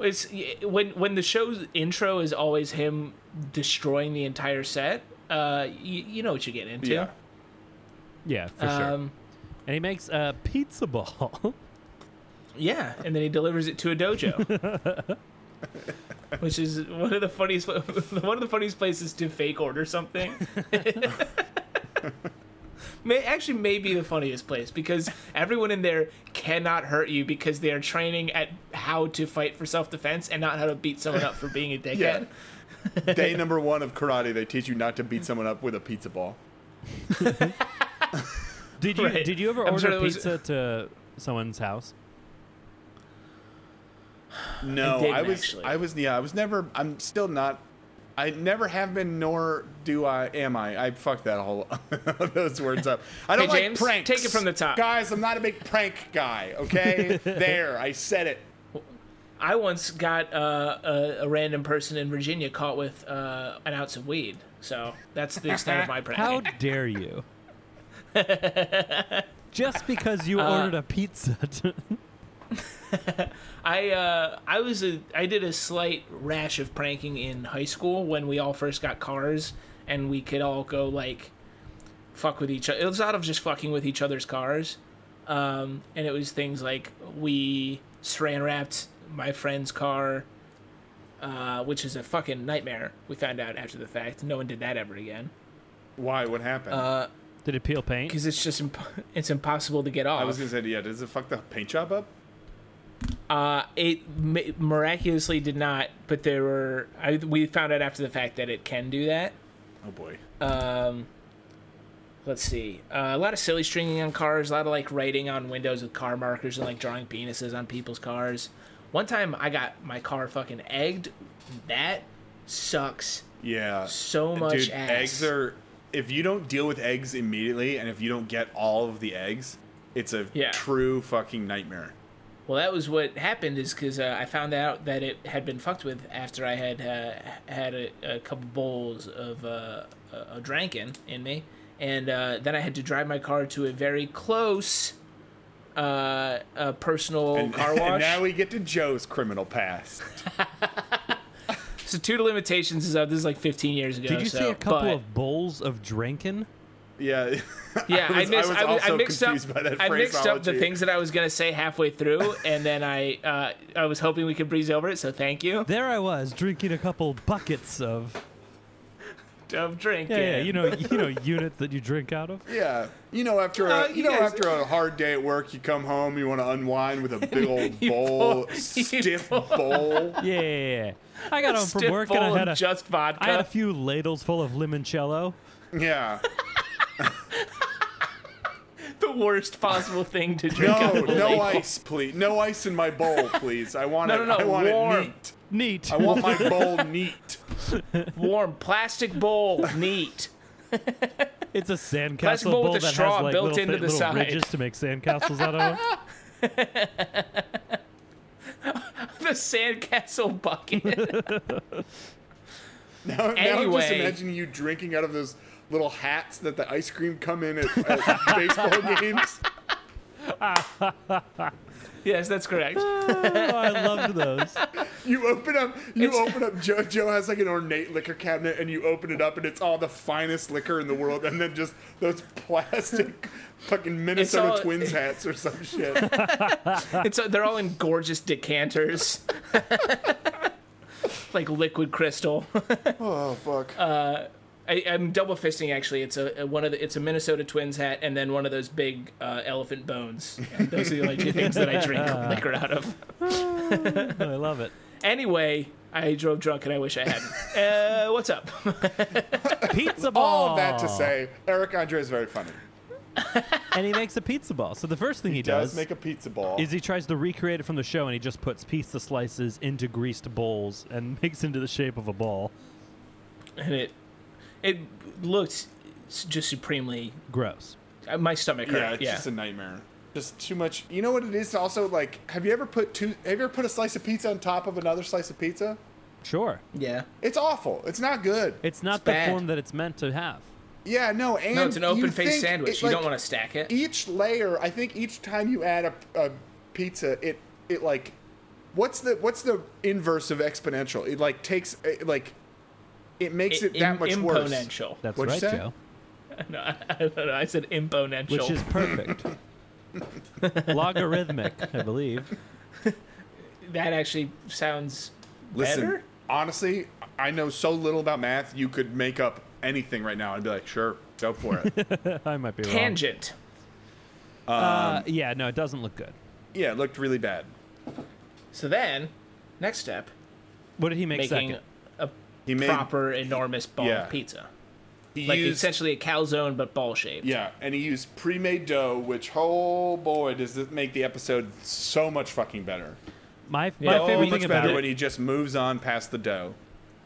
Speaker 3: it's when when the show's intro is always him destroying the entire set uh you, you know what you're getting into
Speaker 2: Yeah.
Speaker 1: yeah, for sure.
Speaker 3: um
Speaker 1: And he makes a pizza ball.
Speaker 3: yeah and then he delivers it to a dojo which is one of the funniest one of the funniest places to fake order something May, actually may be the funniest place because everyone in there cannot hurt you because they are training at how to fight for self-defense and not how to beat someone up for being a dickhead
Speaker 2: Yeah. Day number one of karate, they teach you not to beat someone up with a pizza ball.
Speaker 1: Did you
Speaker 3: Right.
Speaker 1: did you ever
Speaker 3: I'm
Speaker 1: order
Speaker 3: sure it was-
Speaker 1: pizza to someone's house?
Speaker 2: No,
Speaker 3: didn't,
Speaker 2: I, was
Speaker 3: actually.
Speaker 2: I was yeah, I was never I'm still not I never have been nor do I am I. I fucked that whole those words up. I don't
Speaker 3: Hey,
Speaker 2: like
Speaker 3: James,
Speaker 2: pranks.
Speaker 3: take it from the top.
Speaker 2: Guys, I'm not a big prank guy, okay? there, I said it.
Speaker 3: I once got uh, a, a random person in Virginia caught with uh, an ounce of weed. So that's the extent of my
Speaker 1: How
Speaker 3: pranking.
Speaker 1: dare you? Just because you ordered a pizza. To,
Speaker 3: I uh, I was a I did a slight rash of pranking in high school when we all first got cars and we could all go like fuck with each other. It was out of just fucking with each other's cars, um, and it was things like we saran wrapped my friend's car, uh, which is a fucking nightmare. We found out after the fact. No one did that ever again.
Speaker 2: Why? What happened?
Speaker 1: did it peel paint?
Speaker 3: because it's just imp- it's impossible to get off.
Speaker 2: I was gonna say, yeah, does it fuck the paint job up?
Speaker 3: uh, it mi miraculously did not, but there were I, we found out after the fact that it can do that.
Speaker 2: Oh boy.
Speaker 3: Let's see, uh, a lot of silly stringing on cars, a lot of like writing on windows with car markers and like drawing penises on people's cars. One time I got my car fucking egged. That sucks
Speaker 2: Yeah.
Speaker 3: so much
Speaker 2: Dude,
Speaker 3: ass.
Speaker 2: eggs are if you don't deal with eggs immediately and if you don't get all of the eggs, it's a
Speaker 3: Yeah.
Speaker 2: true fucking nightmare.
Speaker 3: Well, that was what happened, is because uh, I found out that it had been fucked with after I had uh, had a, a couple bowls of uh, a, a drinking in me, and uh, then I had to drive my car to a very close uh, uh, personal car wash.
Speaker 2: And now we get to Joe's criminal past.
Speaker 3: so two to limitations is up. This is like 15 years ago.
Speaker 1: did you
Speaker 3: so,
Speaker 1: say a couple
Speaker 3: but-
Speaker 1: of bowls of drinking?
Speaker 2: Yeah.
Speaker 3: Yeah, I,
Speaker 2: was- I
Speaker 3: missed,
Speaker 2: was
Speaker 3: I, was- I
Speaker 2: also
Speaker 3: mixed
Speaker 2: confused
Speaker 3: up.
Speaker 2: by that
Speaker 3: I mixed up the
Speaker 2: phraseology.
Speaker 3: things that I was gonna say halfway through, and then I uh, I was hoping we could breeze over it. So thank you.
Speaker 1: There I was drinking a couple buckets of
Speaker 3: Of drinking.
Speaker 1: yeah, yeah, you know you know units that you drink out of.
Speaker 2: Yeah. You know, after a,
Speaker 3: Uh,
Speaker 2: you
Speaker 3: you
Speaker 2: know,
Speaker 3: guys-
Speaker 2: after a hard day at work, you come home, you want to unwind with a big old
Speaker 3: You
Speaker 2: bowl,
Speaker 3: pour- you
Speaker 2: stiff
Speaker 3: pour-
Speaker 2: bowl.
Speaker 1: Yeah, yeah, yeah. I got home from
Speaker 3: Stiff
Speaker 1: work and
Speaker 3: bowl
Speaker 1: I
Speaker 3: of
Speaker 1: had a
Speaker 3: just vodka.
Speaker 1: I had a few ladles full of limoncello.
Speaker 2: Yeah.
Speaker 3: the worst possible thing to drink. out
Speaker 2: No,
Speaker 3: of a
Speaker 2: no
Speaker 3: ladle.
Speaker 2: ice, please. No ice in my bowl, please. I want
Speaker 3: No,
Speaker 2: it.
Speaker 3: no, no,
Speaker 2: I want
Speaker 3: warm.
Speaker 2: it
Speaker 1: Neat.
Speaker 2: neat. I want my bowl neat.
Speaker 3: Warm plastic bowl, neat.
Speaker 1: it's a sandcastle
Speaker 3: Plastic bowl
Speaker 1: bowl,
Speaker 3: with a
Speaker 1: that
Speaker 3: straw
Speaker 1: has like
Speaker 3: built
Speaker 1: little,
Speaker 3: into
Speaker 1: thi-
Speaker 3: the
Speaker 1: little
Speaker 3: side.
Speaker 1: ridges to make sandcastles out of.
Speaker 3: The sandcastle bucket.
Speaker 2: Now, now just
Speaker 3: Anyway.
Speaker 2: imagine you drinking out of those little hats that the ice cream come in at, at baseball games.
Speaker 3: Yes, that's correct.
Speaker 1: Oh, I loved those.
Speaker 2: You open up, you open up. Joe, Joe has like an ornate liquor cabinet, and you open it up, and it's all the finest liquor in the world, and then just those plastic fucking Minnesota
Speaker 3: all-
Speaker 2: Twins hats or some shit.
Speaker 3: It's uh, they're all in gorgeous decanters, like liquid crystal.
Speaker 2: oh fuck!
Speaker 3: I, I'm double fisting actually. It's a, a- one of the, it's a Minnesota Twins hat and then one of those big uh, elephant bones. And those are the only two things that I drink liquor out of.
Speaker 1: I love it.
Speaker 3: Anyway, I drove drunk and I wish I hadn't. Uh, what's up?
Speaker 1: Pizza ball.
Speaker 2: all of that to say, Eric Andre is very funny.
Speaker 1: and he makes a pizza ball. So the first thing he,
Speaker 2: Does make a pizza ball.
Speaker 1: is he tries to recreate it from the show, and he just puts pizza slices into greased bowls and makes into the shape of a ball.
Speaker 3: And it it looked s- just supremely.
Speaker 1: Gross.
Speaker 3: uh, My stomach hurt.
Speaker 2: yeah, it's just a nightmare. Just too much. You know what it is? Also, like, have you ever put two? Have you ever put a slice of pizza on top of another slice of pizza?
Speaker 1: Sure.
Speaker 3: yeah.
Speaker 2: It's awful. It's not good.
Speaker 1: It's not
Speaker 3: It's
Speaker 1: the
Speaker 3: bad.
Speaker 1: form that it's meant to have.
Speaker 2: yeah, no. And
Speaker 3: No, it's an open faced
Speaker 2: faced
Speaker 3: sandwich. you don't want to stack it.
Speaker 2: each layer i think each time you add a, a pizza it it like what's the what's the inverse of exponential it like takes it like it makes it, that
Speaker 3: Im-
Speaker 2: much worse
Speaker 3: imponential.
Speaker 1: That's right,
Speaker 2: What'd you say?
Speaker 1: Joe.
Speaker 3: No, I, don't know. I said imponential.
Speaker 1: Which is perfect. Logarithmic, I believe.
Speaker 3: that actually sounds
Speaker 2: listen
Speaker 3: better.
Speaker 2: honestly i know so little about math you could make up anything right now i'd be like sure go for it
Speaker 1: I might be wrong.
Speaker 3: Tangent.
Speaker 1: Uh, yeah, no, it doesn't look good.
Speaker 2: yeah it looked really bad
Speaker 3: So then, next step,
Speaker 1: What did he make
Speaker 3: making
Speaker 1: second?
Speaker 3: a
Speaker 2: he made
Speaker 3: proper enormous ball
Speaker 2: Yeah.
Speaker 3: of pizza,
Speaker 2: he
Speaker 3: like
Speaker 2: used-
Speaker 3: essentially a calzone but ball shaped.
Speaker 2: yeah and he used pre-made dough which oh boy does this make the episode so much fucking better
Speaker 1: My, my
Speaker 3: Oh,
Speaker 1: favorite
Speaker 2: much
Speaker 1: thing about
Speaker 2: better
Speaker 1: it.
Speaker 2: when he just moves on past the dough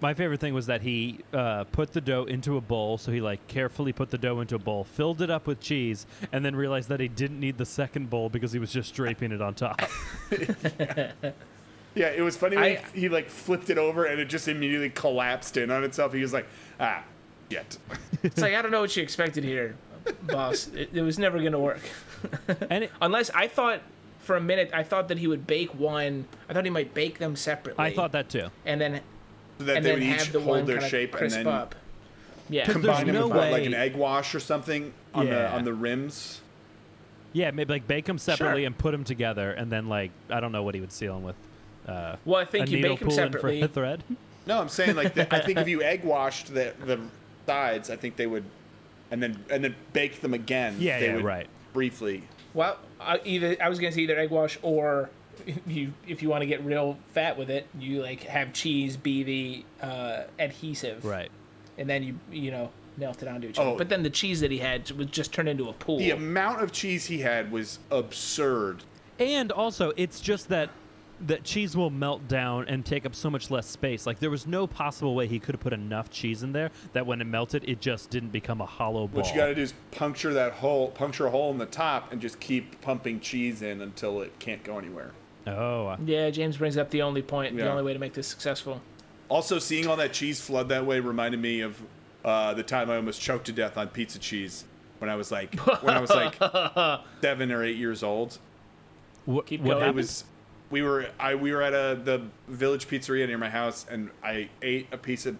Speaker 1: My favorite thing was that he uh, put the dough into a bowl. So he like carefully put the dough into a bowl, filled it up with cheese, and then realized that he didn't need the second bowl because he was just draping it on top.
Speaker 2: Yeah, it was funny when
Speaker 3: I-
Speaker 2: he, he like flipped it over and it just immediately collapsed in on itself. He was like, ah, shit.
Speaker 3: It's like I don't know what you expected here, boss. It, it was never gonna work.
Speaker 1: and it,
Speaker 3: Unless I thought for a minute, I thought that he would bake one. I thought he might bake them separately.
Speaker 1: I thought that too.
Speaker 3: and then
Speaker 2: So that
Speaker 3: and
Speaker 2: they
Speaker 3: then
Speaker 2: would each
Speaker 3: have the
Speaker 2: hold
Speaker 3: one
Speaker 2: their
Speaker 3: kinda
Speaker 2: shape and
Speaker 3: crisp
Speaker 2: then
Speaker 3: up. Yeah,
Speaker 2: combine them
Speaker 1: no
Speaker 2: with what, like
Speaker 1: way-
Speaker 2: an egg wash or something on the
Speaker 1: Yeah.
Speaker 2: on the rims.
Speaker 1: Yeah, maybe like bake them separately
Speaker 3: Sure.
Speaker 1: and put them together, and then like I don't know what he would seal them with. Uh,
Speaker 3: Well, I
Speaker 1: a
Speaker 3: think you
Speaker 1: needle
Speaker 3: bake them
Speaker 1: pool and for
Speaker 3: separately.
Speaker 1: a thread.
Speaker 2: No, I'm saying like the, I think if you egg washed the the sides, I think they would, and then and then baked them again.
Speaker 1: Yeah,
Speaker 2: they
Speaker 1: yeah,
Speaker 2: would
Speaker 1: right.
Speaker 2: Briefly,
Speaker 3: Well, I, either I was gonna say either egg wash or you if you want to get real fat with it, you like have cheese be the uh, adhesive,
Speaker 1: Right.
Speaker 3: And then you you know melt it onto each other.
Speaker 2: Oh.
Speaker 3: But then the cheese that he had would just turn into a pool.
Speaker 2: the amount of cheese he had was absurd.
Speaker 1: And also, it's just that that cheese will melt down and take up so much less space. Like there was no possible way he could have put enough cheese in there that when it melted, it just didn't become a hollow ball.
Speaker 2: What you got to do is puncture that hole, puncture a hole in the top, and just keep pumping cheese in until it can't go anywhere.
Speaker 1: oh, uh,
Speaker 3: Yeah, James brings up the only point,
Speaker 2: Yeah.
Speaker 3: the only way to make this successful.
Speaker 2: Also, seeing all that cheese flood that way reminded me of uh, the time I almost choked to death on pizza cheese when I was like when I was like seven or eight years old.
Speaker 1: wh-
Speaker 3: Keep
Speaker 1: what
Speaker 3: going.
Speaker 2: It
Speaker 1: happened?
Speaker 2: was we were I we were at a the village pizzeria near my house, and I ate a piece of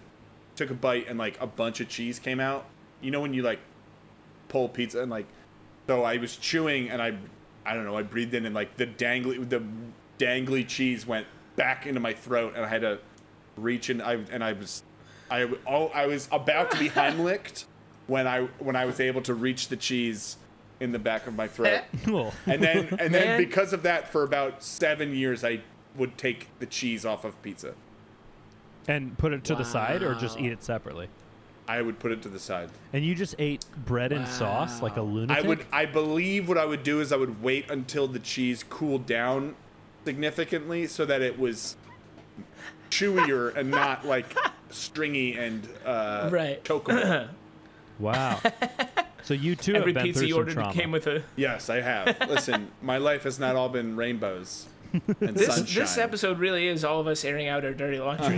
Speaker 2: took a bite, and like a bunch of cheese came out. You know when you like pull pizza and like so I was chewing and I I don't know I breathed in and like the dangly the dangly cheese went back into my throat and I had to reach and I and I was I w- oh I was about to be Heimlicked when I when I was able to reach the cheese in the back of my throat.
Speaker 1: Cool.
Speaker 2: And then and then
Speaker 3: Man.
Speaker 2: because of that for about 7 years I would take the cheese off of pizza.
Speaker 1: and put it to the side, or just eat it separately.
Speaker 2: I would put it to the side.
Speaker 1: And you just ate bread and sauce like a
Speaker 2: I
Speaker 1: lunatic.
Speaker 2: would I believe what I would do is I would wait until the cheese cooled down significantly so that it was chewier and not like stringy and uh
Speaker 3: Right.
Speaker 2: chokeable.
Speaker 1: Wow. so you too
Speaker 3: Every
Speaker 1: have been
Speaker 3: pizza
Speaker 1: through
Speaker 3: you
Speaker 1: some
Speaker 3: ordered
Speaker 1: trauma.
Speaker 3: came with a.
Speaker 2: yes, I have. Listen, my life has not all been rainbows and
Speaker 3: This
Speaker 2: sunshine. Uh-huh.
Speaker 3: this episode really is all of us airing out our dirty laundry.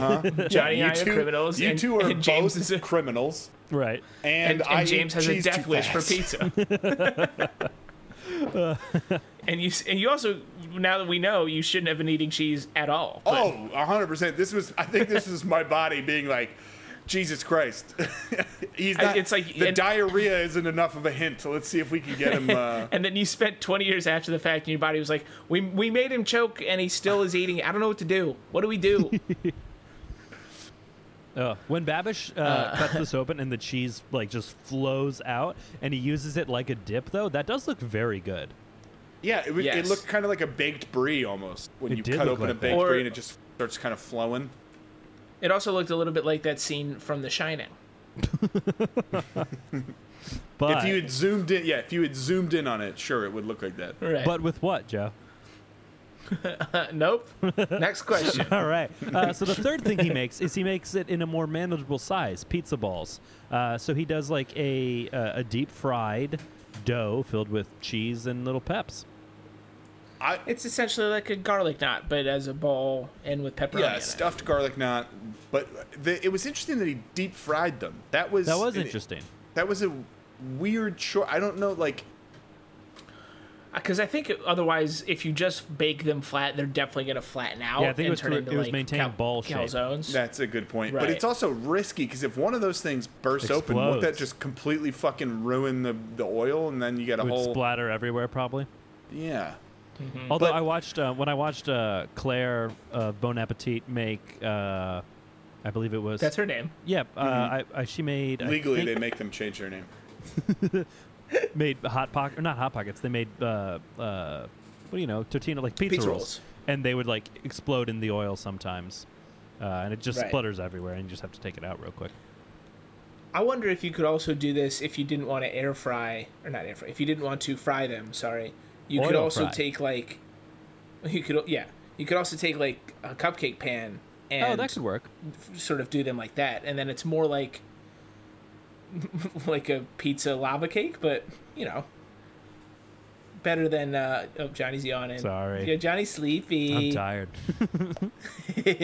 Speaker 3: Johnny
Speaker 2: you
Speaker 3: and I
Speaker 2: two,
Speaker 3: are criminals.
Speaker 2: You
Speaker 3: and,
Speaker 2: two are
Speaker 3: and James
Speaker 2: both
Speaker 3: is a,
Speaker 2: criminals.
Speaker 1: right.
Speaker 2: And,
Speaker 3: and,
Speaker 2: I
Speaker 3: and James
Speaker 2: eat
Speaker 3: has a
Speaker 2: cheese
Speaker 3: death
Speaker 2: too
Speaker 3: wish for
Speaker 2: fast.
Speaker 3: pizza. and you s- and you also now that we know, you shouldn't have been eating cheese at all. But
Speaker 2: Oh, 100%. This was, I think this is my body being like, Jesus Christ. He's
Speaker 3: I-
Speaker 2: not,
Speaker 3: it's like-
Speaker 2: the
Speaker 3: and-
Speaker 2: diarrhea isn't enough of a hint. So let's see if we can get him. Uh,
Speaker 3: And then you spent 20 years after the fact, and your body was like, "We we made him choke, and he still is eating. I don't know what to do. What do we do?"
Speaker 1: Uh, when Babish uh, cuts this open and the cheese like just flows out, and he uses it like a dip, though that does look very good.
Speaker 2: yeah, it, was, it
Speaker 3: Yes.
Speaker 2: looked kind of like a baked brie almost when
Speaker 1: It
Speaker 2: you
Speaker 1: did
Speaker 2: cut
Speaker 1: look
Speaker 2: open
Speaker 1: like
Speaker 2: a
Speaker 1: that.
Speaker 2: baked
Speaker 3: Or-
Speaker 2: brie and it just starts kind of flowing.
Speaker 3: it also looked a little bit like that scene from The Shining.
Speaker 1: But
Speaker 2: If you had zoomed in, yeah, if you had zoomed in on it, sure, it would look like that.
Speaker 3: Right.
Speaker 1: but with what, Joe?
Speaker 3: nope. Next question.
Speaker 1: All right. Uh, so the third thing he makes is he makes it in a more manageable size, pizza balls. Uh, so he does like a uh, a deep fried dough filled with cheese and little peps.
Speaker 2: I,
Speaker 3: It's essentially like a garlic knot, but as a ball and with pepperoni.
Speaker 2: yeah,
Speaker 3: in it.
Speaker 2: stuffed garlic knot. But the, it was interesting that he deep fried them. That was
Speaker 1: That was
Speaker 2: an-
Speaker 1: interesting.
Speaker 2: That was a weird short. I don't know, like
Speaker 3: Because I think otherwise, if you just bake them flat, they're definitely going to flatten out.
Speaker 1: Yeah, I think it
Speaker 3: and
Speaker 1: was
Speaker 3: turn
Speaker 1: to-
Speaker 3: into
Speaker 1: it was
Speaker 3: like
Speaker 1: maintain
Speaker 3: cal-
Speaker 1: ball shape.
Speaker 3: calzones.
Speaker 2: that's a good point. But
Speaker 3: Right.
Speaker 2: it's also risky because if one of those things bursts open, won't that
Speaker 1: Explodes.
Speaker 2: just completely fucking ruin the the oil and then you got a
Speaker 1: It would
Speaker 2: whole
Speaker 1: splatter everywhere, probably.
Speaker 2: yeah.
Speaker 1: Although
Speaker 2: But-
Speaker 1: I watched uh, when I watched uh, Claire uh, Bon Appetit make, uh, I believe it was.
Speaker 3: That's her name.
Speaker 1: Yeah, uh, I, I, she made I
Speaker 2: Legally,
Speaker 1: think
Speaker 2: they make them change their name.
Speaker 1: made hot pocket or not hot pockets. They made uh, uh, what do you know, tortilla like pizza,
Speaker 3: Pizza
Speaker 1: rolls.
Speaker 3: rolls.
Speaker 1: and they would like explode in the oil sometimes, uh, and it just
Speaker 3: Right.
Speaker 1: splutters everywhere, and you just have to take it out real quick.
Speaker 3: I wonder if you could also do this if you didn't want to air fry or not air fry. If you didn't want to fry them, sorry, you could
Speaker 1: Oil
Speaker 3: also
Speaker 1: fry.
Speaker 3: take like, you could yeah, you could also take like a cupcake pan and
Speaker 1: oh, that could work.
Speaker 3: sort of do them like that, and then it's more like, like a pizza lava cake, but you know, better than uh, oh Johnny's yawning.
Speaker 1: Sorry.
Speaker 3: yeah, Johnny's sleepy.
Speaker 1: I'm tired.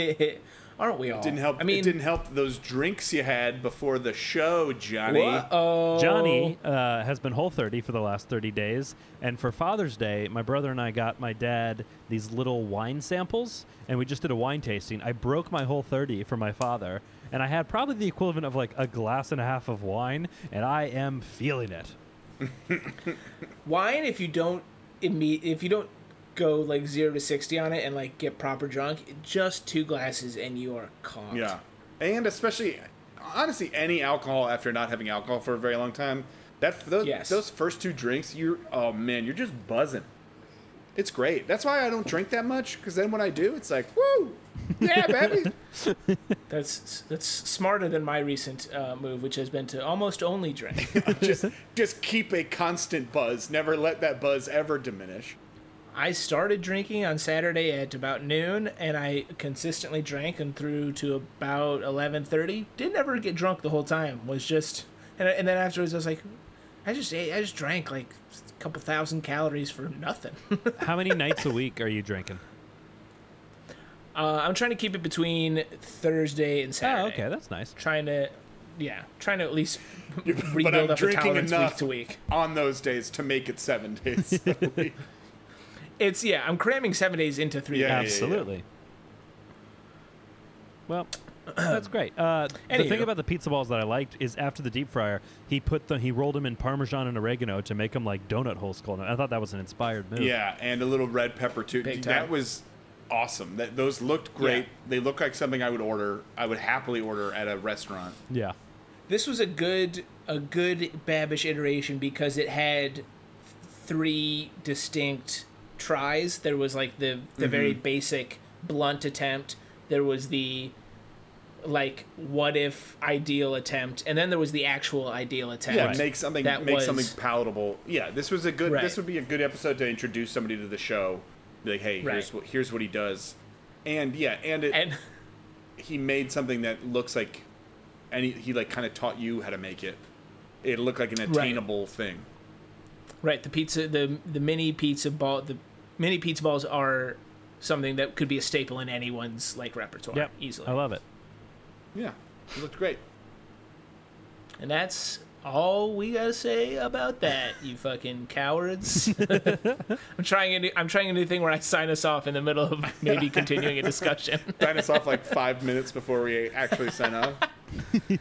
Speaker 3: Aren't we all?
Speaker 2: Didn't help.
Speaker 3: Oh. I mean,
Speaker 2: it didn't help those drinks you had before the show, Johnny.
Speaker 3: Whoa.
Speaker 1: Johnny
Speaker 3: Oh.
Speaker 1: uh, has been Whole 30 for the last 30 days, and for Father's Day, my brother and I got my dad these little wine samples, and we just did a wine tasting. I broke my Whole 30 for my father, and I had probably the equivalent of like a glass and a half of wine, and I am feeling it.
Speaker 3: wine if you don't imme- if you don't go like 0 to 60 on it and like get proper drunk just two glasses and you are calm
Speaker 2: Yeah. And especially, honestly, any alcohol after not having alcohol for a very long time, that those,
Speaker 3: Yes.
Speaker 2: those first two drinks, you're, oh man, you're just buzzing. It's great. That's why I don't drink that much, because then when I do, it's like, woo, yeah, baby.
Speaker 3: that's that's smarter than my recent uh, move which has been to almost only drink
Speaker 2: just, just keep a constant buzz. Never let that buzz ever diminish.
Speaker 3: i started drinking on saturday at about noon and i consistently drank and through to about 11.30 didn't ever get drunk the whole time was just and, and then afterwards i was like i just ate i just drank like a couple thousand calories for nothing
Speaker 1: How many nights a week are you drinking?
Speaker 3: Uh, I'm trying to keep it between Thursday and
Speaker 1: Oh,
Speaker 3: Saturday.
Speaker 1: okay, that's nice.
Speaker 3: Trying to, yeah, trying to at least
Speaker 2: But
Speaker 3: rebuild
Speaker 2: I'm
Speaker 3: up a
Speaker 2: drinking
Speaker 3: tolerance
Speaker 2: enough
Speaker 3: week to week.
Speaker 2: on those days to make it seven days.
Speaker 3: It's yeah, I'm cramming seven days into three.
Speaker 2: Yeah,
Speaker 3: days.
Speaker 1: Absolutely. Well, that's great. Uh, the thing
Speaker 3: Anywho.
Speaker 1: about the pizza balls that I liked is after the deep fryer, he put the he rolled them in parmesan and oregano to make them like donut holes cold. I thought that was an inspired move.
Speaker 2: Yeah, and a little red pepper too.
Speaker 3: Big
Speaker 2: That
Speaker 3: time.
Speaker 2: was awesome. That those looked great.
Speaker 3: Yeah.
Speaker 2: They look like something I would order. I would happily order at a restaurant.
Speaker 1: Yeah.
Speaker 3: This was a good a good Babish iteration because it had three distinct tries. There was like the
Speaker 2: Mm-hmm.
Speaker 3: the very basic blunt attempt. There was the like what if ideal attempt, and then there was the actual ideal attempt.
Speaker 2: Yeah, make something
Speaker 3: That
Speaker 2: make
Speaker 3: was-
Speaker 2: something palatable. Yeah, this was a good. This
Speaker 3: Right.
Speaker 2: would be a good episode to introduce somebody to the show. Be like, hey, here's
Speaker 3: Right.
Speaker 2: what here's what he does, and yeah, and, it,
Speaker 3: and.
Speaker 2: he made something that looks like, and he, he like kind of taught you how to make it. It looked like an attainable thing.
Speaker 3: Right, the pizza, the the mini pizza ball, the mini pizza balls are something that could be a staple in anyone's like repertoire
Speaker 1: Yep.
Speaker 3: easily.
Speaker 1: I love it.
Speaker 2: Yeah, it looked great.
Speaker 3: and that's all we gotta say about that, you fucking cowards. I'm trying a new, I'm trying a new thing where I sign us off in the middle of maybe continuing a discussion,
Speaker 2: Sign us off like five minutes before we actually sign off.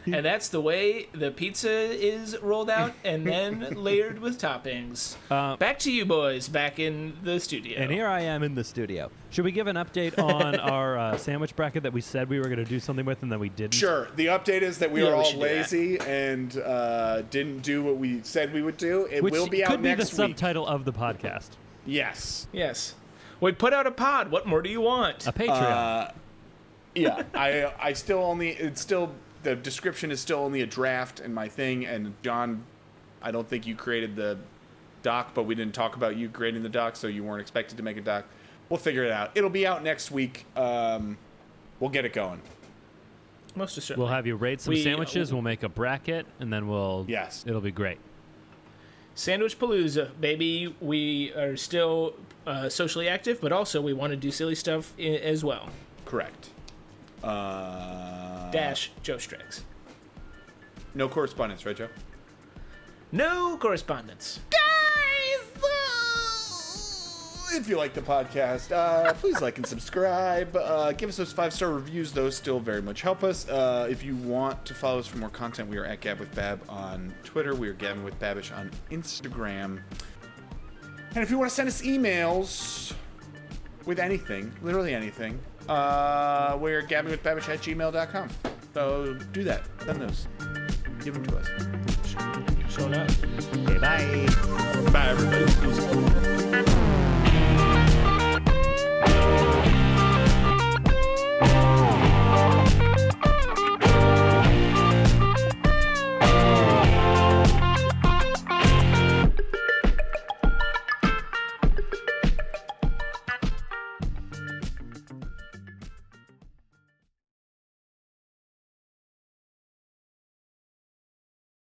Speaker 3: and that's the way the pizza is rolled out and then layered with toppings.
Speaker 1: Uh,
Speaker 3: back to you boys, back in the studio.
Speaker 1: And here I am in the studio. Should we give an update on our uh, sandwich bracket that we said we were going to do something with and then we didn't?
Speaker 2: Sure. The update is that we
Speaker 3: Yeah,
Speaker 2: were
Speaker 3: we
Speaker 2: all
Speaker 3: should do that.
Speaker 2: lazy and uh, didn't do what we said we would do. It
Speaker 1: Which
Speaker 2: will be
Speaker 1: could
Speaker 2: out
Speaker 1: be
Speaker 2: next
Speaker 1: the
Speaker 2: week.
Speaker 1: subtitle of the podcast.
Speaker 2: Yes.
Speaker 3: yes, we put out a pod. What more do you
Speaker 2: Uh,
Speaker 3: want?
Speaker 1: A Patreon.
Speaker 2: Yeah. I I still only it's still the description is still only a draft and my thing and John, I don't think you created the doc, but we didn't talk about you creating the doc, so you weren't expected to make a doc. We'll figure it out. It'll be out next week. Um, we'll get it going.
Speaker 3: Most assuredly.
Speaker 1: we'll have you rate some
Speaker 3: We-
Speaker 1: sandwiches. We'll make a bracket and then we'll.
Speaker 2: Yes.
Speaker 1: It'll be great.
Speaker 3: Sandwich Palooza, baby. We are still uh, socially active, but also we want to do silly stuff I- as well.
Speaker 2: Correct. Uh,
Speaker 3: Dash Joe Strix.
Speaker 2: No correspondence, right, Joe?
Speaker 3: No correspondence.
Speaker 2: If you like the podcast, uh, please like and subscribe. Uh, give us those five star reviews; those still very much help us. Uh, if you want to follow us for more content, we are at Gab with Bab on Twitter. We are Gavin with Babish on Instagram. And if you want to send us emails with anything, literally anything, uh, we're Gavin with Babish at gmail.com. So do that. Send those. Give them to us.
Speaker 3: Showing up.